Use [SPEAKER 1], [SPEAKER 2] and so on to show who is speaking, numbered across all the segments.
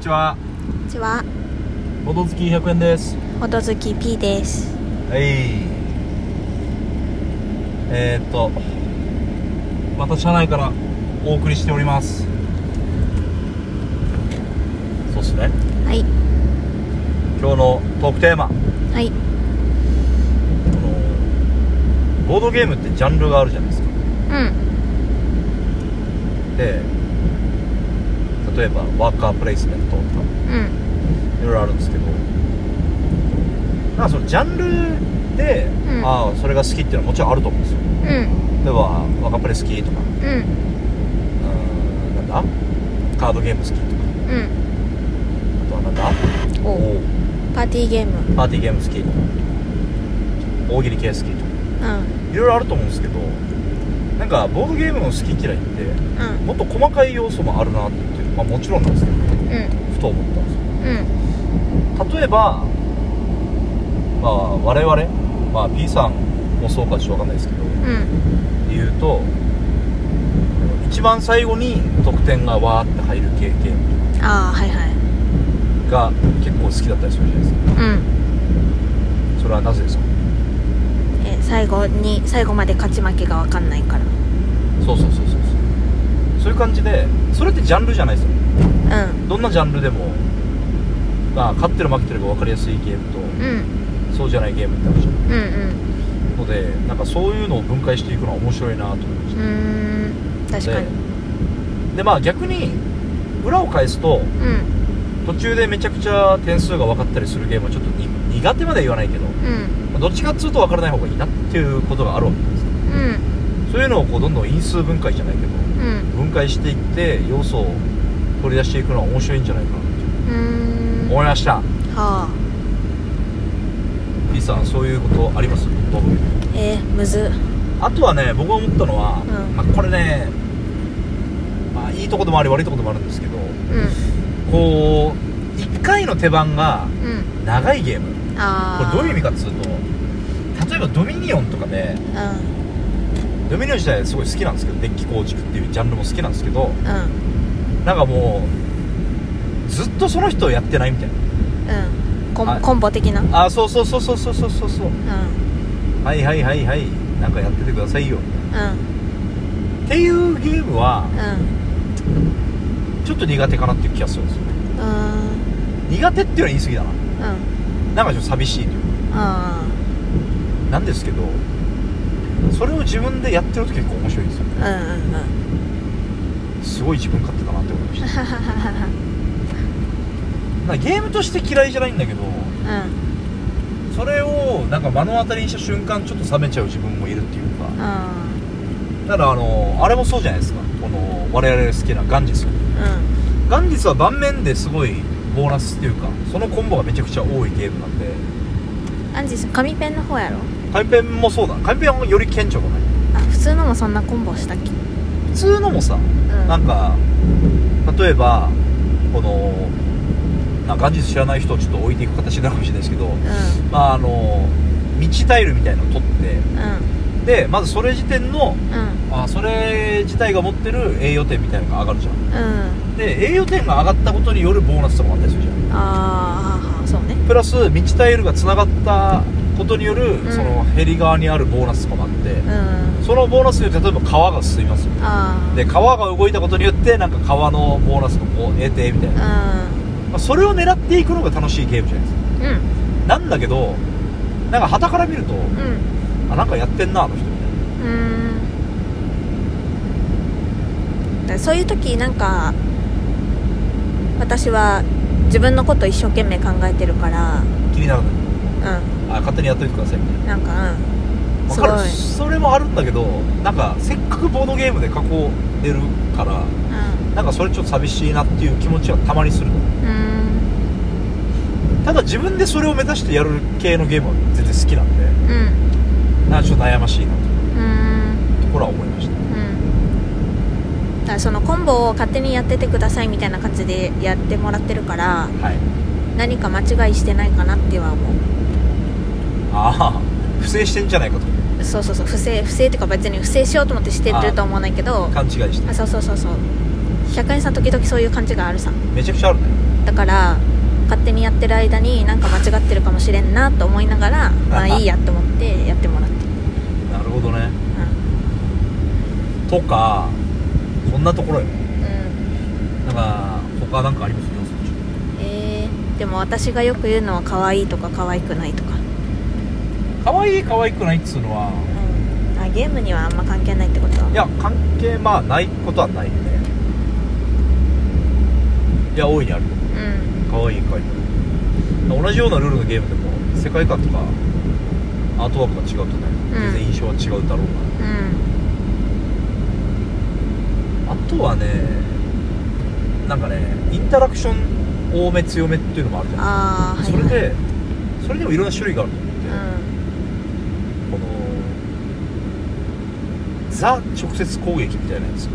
[SPEAKER 1] ちは
[SPEAKER 2] こんにちは、
[SPEAKER 1] ボド付き100円です
[SPEAKER 2] ほどずき P です。
[SPEAKER 1] はいえー、っとまた車内からお送りしておりますそして
[SPEAKER 2] はい、
[SPEAKER 1] 今日のトークテーマ
[SPEAKER 2] はい、
[SPEAKER 1] あのボードゲームってジャンルがあるじゃないですか
[SPEAKER 2] うん、
[SPEAKER 1] で例えばワーカープレイスメントとか
[SPEAKER 2] うん、
[SPEAKER 1] いろいろあるんですけどなんかそのジャンルで、
[SPEAKER 2] うん
[SPEAKER 1] ああそれが好きっていうのはもちろんあると思うんですよ
[SPEAKER 2] うん、
[SPEAKER 1] 例えばワカプレ好きとか
[SPEAKER 2] うん、
[SPEAKER 1] うーんなんだカードゲーム好きとか
[SPEAKER 2] うん。
[SPEAKER 1] あとはなんだ
[SPEAKER 2] お、
[SPEAKER 1] おー
[SPEAKER 2] パーティーゲーム。
[SPEAKER 1] パーティーゲーム好きとか大喜利系好きとか
[SPEAKER 2] うん、
[SPEAKER 1] いろいろあると思うんですけどなんかボードゲームの好き嫌いってもっと細かい要素もあるなっていう、まあ、もちろんなんですけど
[SPEAKER 2] うん、うん、
[SPEAKER 1] ふと思ったんですよ
[SPEAKER 2] うん、
[SPEAKER 1] 例えば、まあ、我々、まあ、P さんもそうかちょっとわかんないですけど
[SPEAKER 2] うん、
[SPEAKER 1] 言うと一番最後に得点がわーって入る系ゲーム
[SPEAKER 2] ああ、はいはい。
[SPEAKER 1] が結構好きだったりするじゃないです
[SPEAKER 2] うん、
[SPEAKER 1] かそれはなぜですか
[SPEAKER 2] え、最後に、最後まで勝ち負けがわかんないから。
[SPEAKER 1] そうそうそうそうそうそういう感じでそれってジャンルじゃないですよ
[SPEAKER 2] うん、
[SPEAKER 1] どんなジャンルでも、まあ、勝ってる負けてるが分かりやすいゲーム
[SPEAKER 2] うん、
[SPEAKER 1] とそうじゃないゲームってあるじゃん
[SPEAKER 2] うん、うん、
[SPEAKER 1] のでなんかそういうのを分解していくのは面白いなと思いま
[SPEAKER 2] う
[SPEAKER 1] し
[SPEAKER 2] ーん、
[SPEAKER 1] た
[SPEAKER 2] 確かに。
[SPEAKER 1] ででまあ逆に裏を返すと
[SPEAKER 2] うん、
[SPEAKER 1] 途中でめちゃくちゃ点数が分かったりするゲームはちょっとに苦手までは言わないけど、ま
[SPEAKER 2] うん、
[SPEAKER 1] あどっちかっつうと分からない方がいいなっていうことがあるわけです
[SPEAKER 2] うん、
[SPEAKER 1] そういうのをこうどんどん因数分解じゃないけど
[SPEAKER 2] うん、
[SPEAKER 1] 分解していって要素を取り出していくのは面白いんじゃないかなと
[SPEAKER 2] うーん。
[SPEAKER 1] 思
[SPEAKER 2] はい
[SPEAKER 1] ました
[SPEAKER 2] あ。
[SPEAKER 1] P さんそういうことありますどう
[SPEAKER 2] えー、むず。
[SPEAKER 1] あとはね僕が思ったのは、
[SPEAKER 2] うん
[SPEAKER 1] まあ、これね、まあ、いいとこでもあり悪いとこでもあるんですけど
[SPEAKER 2] う
[SPEAKER 1] こう1回の手番が
[SPEAKER 2] ん、うん、
[SPEAKER 1] 長いゲームこ
[SPEAKER 2] ああ。
[SPEAKER 1] れどういう意味かっつうと例えばドミニオンとかで
[SPEAKER 2] うん、
[SPEAKER 1] ドミニオン自体すごい好きなんですけどデッキ構築っていうジャンルも好きなんですけど
[SPEAKER 2] うん、
[SPEAKER 1] なんかもうずっとその人をやってないみたい
[SPEAKER 2] うん。コ
[SPEAKER 1] あ
[SPEAKER 2] ンコンボ的な。うん。
[SPEAKER 1] なあそうそうそうそうそうそうそうそうはいはいはいはいなんかやっててくださいよ
[SPEAKER 2] う
[SPEAKER 1] っていうゲームは
[SPEAKER 2] んうん
[SPEAKER 1] ちょっと苦手かなっていう気がするんですよ
[SPEAKER 2] うーん
[SPEAKER 1] 苦手っていうのは言い過ぎだな
[SPEAKER 2] うん
[SPEAKER 1] なんかちょっと寂しいという
[SPEAKER 2] あ
[SPEAKER 1] かなんですけどそれを自分でやってると結構面白いんですよ
[SPEAKER 2] ーうんうんうん
[SPEAKER 1] すごい自分勝手だなって思いましたなんかゲームとして嫌いじゃないんだけど
[SPEAKER 2] うん
[SPEAKER 1] それをなんか目の当たりにした瞬間ちょっと冷めちゃう自分もいるっていうか
[SPEAKER 2] あ
[SPEAKER 1] だからあのあれもそうじゃないですかこの我々好きなガンジス
[SPEAKER 2] ー
[SPEAKER 1] ガンジスは盤面ですごいボーナスっていうかそのコンボがめちゃくちゃ多いゲームなんで
[SPEAKER 2] うんアンジーさん紙ペンの方やろ
[SPEAKER 1] 紙ペンもそうだ紙ペンはより顕著だね
[SPEAKER 2] あ普通のもそんなコンボしたっけ
[SPEAKER 1] 普通のもさ
[SPEAKER 2] うん
[SPEAKER 1] なんか例えばこのなんか元日知らない人をちょっと置いていく形になるかもしれないですけど
[SPEAKER 2] う
[SPEAKER 1] まああの道タイルみたいのを取っ
[SPEAKER 2] んうん
[SPEAKER 1] てでまずそれ時点の
[SPEAKER 2] うん
[SPEAKER 1] あそれ自体が持ってる栄養点みたいのが上がるじゃん
[SPEAKER 2] うん
[SPEAKER 1] で栄養点が上がったことによるボーナスとかもあったりするじゃん
[SPEAKER 2] あーはーはーそうね
[SPEAKER 1] プラス道タイルがつながったことによる、
[SPEAKER 2] ん
[SPEAKER 1] そのヘリ側にあるボーナスとかもあって、
[SPEAKER 2] うん
[SPEAKER 1] そのボーナスによって例えば川が進みますよ
[SPEAKER 2] あー
[SPEAKER 1] で川が動いたことによってなんか川のボーナスをこう得てみたいなまあ、それを狙っていくのが楽しいゲームじゃないですか
[SPEAKER 2] うん
[SPEAKER 1] なんだけどなんか旗から見ると
[SPEAKER 2] うんうん
[SPEAKER 1] あなんかやってんなあの人みたいな
[SPEAKER 2] だからそういう時なんか私は自分のこと一生懸命考えてるから
[SPEAKER 1] 気にならない
[SPEAKER 2] うん
[SPEAKER 1] あ勝手にやっといてくださいみたい
[SPEAKER 2] なんかうん
[SPEAKER 1] な
[SPEAKER 2] す
[SPEAKER 1] 分
[SPEAKER 2] ごい
[SPEAKER 1] かるそれもあるんだけどなんかせっかくボードゲームで囲んでるから
[SPEAKER 2] う
[SPEAKER 1] なんかそれちょっと寂しいなっていう気持ちはたまにする
[SPEAKER 2] ん
[SPEAKER 1] ただ自分でそれを目指してやる系のゲームは全然好きなんで
[SPEAKER 2] うんうん
[SPEAKER 1] なんかちょっと悩ましいなと
[SPEAKER 2] う
[SPEAKER 1] い
[SPEAKER 2] ん
[SPEAKER 1] うところは思いました
[SPEAKER 2] うんだからそのコンボを勝手にやっててくださいみたいな感じでやってもらってるから
[SPEAKER 1] はい
[SPEAKER 2] 何か間違いしてないかなっては思
[SPEAKER 1] ああ不正してんじゃないかと
[SPEAKER 2] うそうそうそう不正不正っていうか別に不正しようと思ってしてるとは思わないけど
[SPEAKER 1] 勘違いして
[SPEAKER 2] あそうそうそうそう100円さん時々そういう感じがあるさ
[SPEAKER 1] めちゃくちゃあるね
[SPEAKER 2] だから勝手にやってる間になんか間違ってるかもしれんなと思いながらまあいいやと思ってやってもらってる
[SPEAKER 1] なるほどね
[SPEAKER 2] う
[SPEAKER 1] とかこんなところよ
[SPEAKER 2] ん、うん、
[SPEAKER 1] なんか他なんかありますよ
[SPEAKER 2] えー、でも私がよく言うのは可愛いとか可愛くないとか、
[SPEAKER 1] 可愛い可愛くないっつうのは
[SPEAKER 2] うん、あゲームにはあんま関係ないってこと
[SPEAKER 1] いや関係まあないことはないよねいや大いにある
[SPEAKER 2] うん
[SPEAKER 1] 可愛い可愛い同じようなルールのゲームでも世界観とかアートワークが違うとね、
[SPEAKER 2] うん
[SPEAKER 1] 全然印象は違うだろう
[SPEAKER 2] うん
[SPEAKER 1] なあとはねなんかねインタラクション多め強めっていうのもあるじゃない
[SPEAKER 2] ああは
[SPEAKER 1] そ
[SPEAKER 2] い、はい、
[SPEAKER 1] れでそれでもいろんな種類があると思って
[SPEAKER 2] う、ん
[SPEAKER 1] このザ直接攻撃みたいなやつ、
[SPEAKER 2] う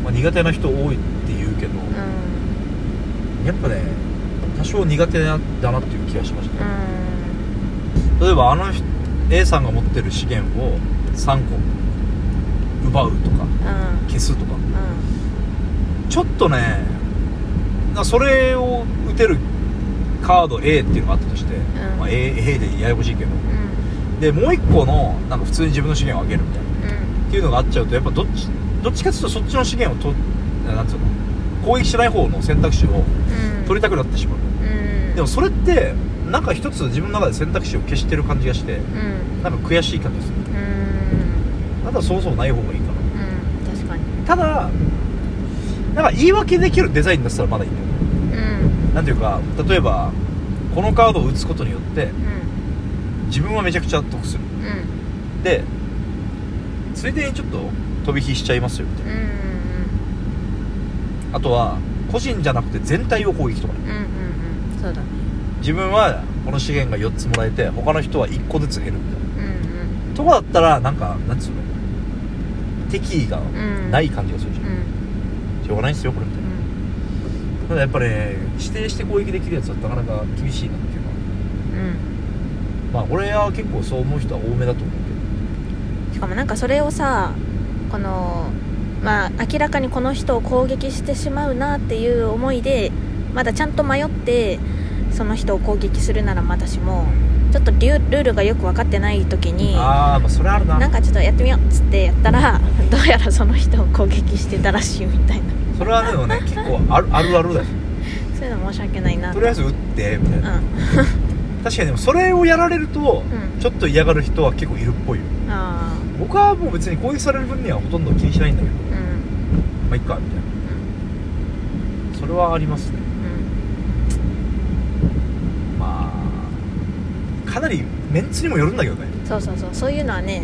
[SPEAKER 2] ん
[SPEAKER 1] まあ、苦手な人多いって言うけど、
[SPEAKER 2] うん
[SPEAKER 1] やっぱね多少苦手だなっていう気がしました、
[SPEAKER 2] う
[SPEAKER 1] 例えばあの人 A さんが持ってる資源を3個奪うとか
[SPEAKER 2] ん
[SPEAKER 1] 消すとか
[SPEAKER 2] う
[SPEAKER 1] ちょっとねなそれを打てるカード A っていうのがあったとして、
[SPEAKER 2] ん
[SPEAKER 1] まあ、A, A でややこしいけど
[SPEAKER 2] んうん
[SPEAKER 1] でもう1個のなんか普通に自分の資源をあげるみたいな
[SPEAKER 2] うん
[SPEAKER 1] っていうのがあっちゃうとやっぱどっちどっちかっていうとそっちの資源をとなんつうの攻撃しない方の選択肢を
[SPEAKER 2] うん
[SPEAKER 1] 取りたくなってしまう、
[SPEAKER 2] うん
[SPEAKER 1] でもそれってなんか一つ自分の中で選択肢を消してる感じがして
[SPEAKER 2] うんうん
[SPEAKER 1] なんか悔しい感じがする
[SPEAKER 2] うん
[SPEAKER 1] だからそうそうない方がいいかな
[SPEAKER 2] 確かに
[SPEAKER 1] ただなんか言い訳できるデザインだったらまだいいんだよね
[SPEAKER 2] うん
[SPEAKER 1] なんていうか例えばこのカードを打つことによって
[SPEAKER 2] うん
[SPEAKER 1] 自分はめちゃくちゃ得する
[SPEAKER 2] うん
[SPEAKER 1] でついでにちょっと飛び火しちゃいますよみたい
[SPEAKER 2] うん
[SPEAKER 1] なあとは個人じゃなくて全体を攻撃とかね
[SPEAKER 2] うんうんうんそうだね
[SPEAKER 1] 自分はこの資源が4つもらえて他の人は1個ずつ減るみたいな
[SPEAKER 2] うん
[SPEAKER 1] とかだったらなんかなんつうの敵意が
[SPEAKER 2] ん
[SPEAKER 1] ない感じがするじゃ、
[SPEAKER 2] うんん
[SPEAKER 1] しょうがないっすよこれみたいなただやっぱね指定して攻撃できるやつはなかなか厳しいなっていうのは
[SPEAKER 2] うん
[SPEAKER 1] まあ俺は結構そう思う人は多めだと思う
[SPEAKER 2] しかもなんかそれをさこのまあ明らかにこの人を攻撃してしまうなっていう思いでまだちゃんと迷ってその人を攻撃するならまだしもちょっとルールールがよく分かってない時
[SPEAKER 1] け
[SPEAKER 2] に
[SPEAKER 1] どああまあそれあるな
[SPEAKER 2] なんかちょっとやってみようっつってやったら どうやらその人を攻撃してたらしいみたいな
[SPEAKER 1] それはでもね結構あるあるあるだよ
[SPEAKER 2] そういうの申し訳ないな
[SPEAKER 1] とりあえず撃ってみたいうな、
[SPEAKER 2] ん
[SPEAKER 1] 確かにでもそれをやられると、
[SPEAKER 2] うん
[SPEAKER 1] ちょっと嫌がる人は結構いるっぽいよ
[SPEAKER 2] あ
[SPEAKER 1] 僕はもう別に攻撃される分にはほとんど気にしないんだけど
[SPEAKER 2] あうん
[SPEAKER 1] まあいっかみたいなそれはありますね
[SPEAKER 2] うん
[SPEAKER 1] まあかなりメンツにもよるんだけどね
[SPEAKER 2] そうそうそうそういうのはね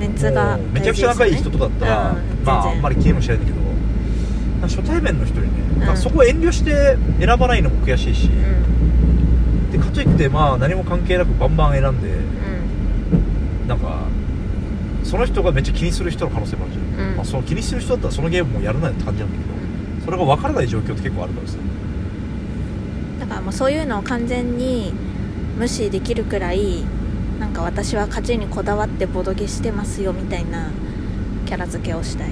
[SPEAKER 2] メンツが
[SPEAKER 1] もうめちゃくちゃ仲いい人とかだったら、
[SPEAKER 2] うん
[SPEAKER 1] まあ
[SPEAKER 2] 全然
[SPEAKER 1] あんまり気にもしないんだけどなんか初対面の人にね、なん
[SPEAKER 2] うん
[SPEAKER 1] かそこを遠慮して選ばないのも悔しいし、
[SPEAKER 2] うん
[SPEAKER 1] でかといってまあ何も関係なくバンバン選んで
[SPEAKER 2] うん
[SPEAKER 1] なんかその人がめっちゃ気にする人の可能性もあるじゃん、
[SPEAKER 2] うん
[SPEAKER 1] まあ、その気にする人だったらそのゲームもうやらないって感じなんだけどそれが分からない状況って結構あるから さ
[SPEAKER 2] だからもうそういうのを完全に無視できるくらいなんか私は勝ちにこだわってボドゲしてますよみたいなキャラ付けをしたい、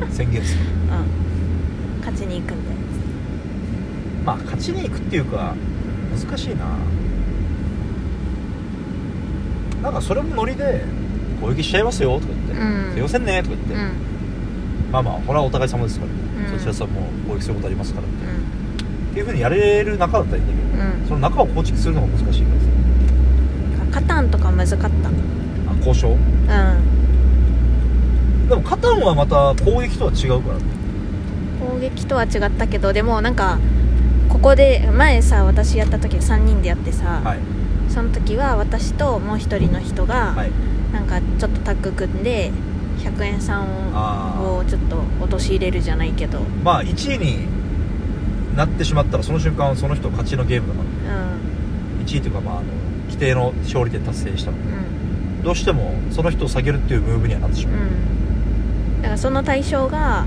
[SPEAKER 2] うん、
[SPEAKER 1] 宣言する
[SPEAKER 2] 勝ちに行くんで
[SPEAKER 1] まあ勝ちに行くっていうか難しいななんかそれもノリで「攻撃しちゃいますよ」とか言って
[SPEAKER 2] うん
[SPEAKER 1] 「すいませんね」とか言って、
[SPEAKER 2] うん
[SPEAKER 1] まあまあこれはお互い様ですから、
[SPEAKER 2] ん
[SPEAKER 1] そちらさんも攻撃することありますからって
[SPEAKER 2] う
[SPEAKER 1] いうふうにやれる仲だったらいいんだけ
[SPEAKER 2] んうん
[SPEAKER 1] どその仲を構築するのが難しいからさ
[SPEAKER 2] カタンとか難かった
[SPEAKER 1] あ交渉
[SPEAKER 2] うん
[SPEAKER 1] でもカタンはまた攻撃とは違うからね
[SPEAKER 2] 攻撃とは違ったけどでもなんかここで前さ私やった時3人でやってさ、
[SPEAKER 1] はい
[SPEAKER 2] その時は私ともう一人の人が、
[SPEAKER 1] はい
[SPEAKER 2] なんかちょっとタッグ組んで100円さ
[SPEAKER 1] あ
[SPEAKER 2] ん
[SPEAKER 1] ー
[SPEAKER 2] をちょっと陥れるじゃないけどうん
[SPEAKER 1] まあ1位になってしまったらその瞬間はその人勝ちのゲームだから1位というかまああの規定の勝利点達成したの
[SPEAKER 2] うん
[SPEAKER 1] どうしてもその人を下げるっていうムーブにはなってし
[SPEAKER 2] う
[SPEAKER 1] まう、
[SPEAKER 2] んだからその対象が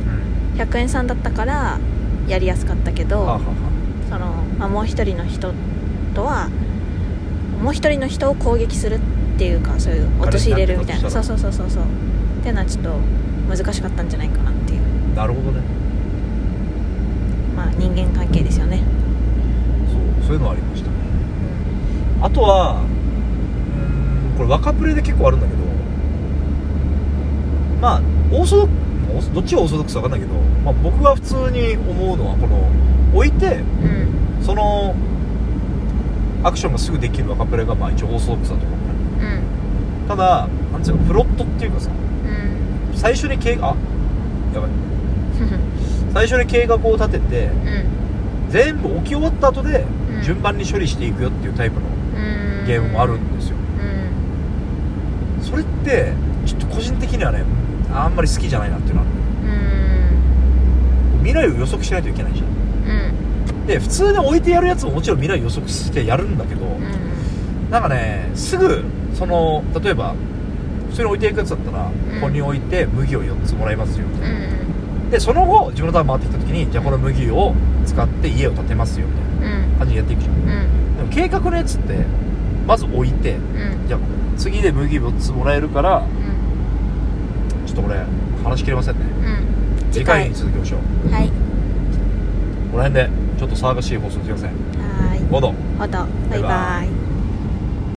[SPEAKER 2] 100円さんだったからやりやすかったけ
[SPEAKER 1] はあ、はあは
[SPEAKER 2] どその、まあ、もう一人の人とはもう一人の人を攻撃するっていうかそういう陥れるみたいな
[SPEAKER 1] 彼にな
[SPEAKER 2] そ
[SPEAKER 1] っ
[SPEAKER 2] う
[SPEAKER 1] て
[SPEAKER 2] そうそうそうそうっていうのはちょっと難しかったんじゃないかなっていう
[SPEAKER 1] なるほどね
[SPEAKER 2] まあ人間関係ですよね、
[SPEAKER 1] そうそういうのはありましたね
[SPEAKER 2] うん
[SPEAKER 1] あとはうーんこれ若プレで結構あるんだけどまあオーソドックスどっちがオーソドックスか分かんないけど、まあ、僕が普通に思うのはこの置いて
[SPEAKER 2] うん
[SPEAKER 1] そのアクションがすぐできる若プレがまあ一応オーソドックスだと思うね
[SPEAKER 2] うん
[SPEAKER 1] ただなんつうのプロットっていうかさ
[SPEAKER 2] うん
[SPEAKER 1] 最初に計画あやばい最初に計画を立てて全部置き終わった後で
[SPEAKER 2] うん
[SPEAKER 1] 順番に処理していくよっていうタイプの
[SPEAKER 2] うん
[SPEAKER 1] ゲームもあるんですよ、
[SPEAKER 2] うん
[SPEAKER 1] それってちょっと個人的にはねあんまり好きじゃないなっていうのは
[SPEAKER 2] うん
[SPEAKER 1] 未来を予測しないといけないじゃん
[SPEAKER 2] うん
[SPEAKER 1] で普通に置いてやるやつももちろん未来予測してやるんだけど、なんかねすぐその例えば普通に置いていくやつだったら、
[SPEAKER 2] ん
[SPEAKER 1] ここに置いて麦を4つもらいますよみたいな、
[SPEAKER 2] う
[SPEAKER 1] でその後自分のターン回ってきた時にじゃあこの麦を使って家を建てますよみたいなん
[SPEAKER 2] うん
[SPEAKER 1] 感じでやっていくじゃんでも計画のやつってまず置いて
[SPEAKER 2] うん
[SPEAKER 1] じゃあ次で麦4つもらえるから
[SPEAKER 2] うん
[SPEAKER 1] ちょっとこれ話しきれませんね
[SPEAKER 2] うん
[SPEAKER 1] 次回に続きましょう
[SPEAKER 2] はい
[SPEAKER 1] この辺でちょっと騒がしい放送すいません
[SPEAKER 2] はーい
[SPEAKER 1] どうぞ
[SPEAKER 2] ほどバイバ
[SPEAKER 1] バイ
[SPEAKER 2] イ
[SPEAKER 1] バ
[SPEAKER 2] イ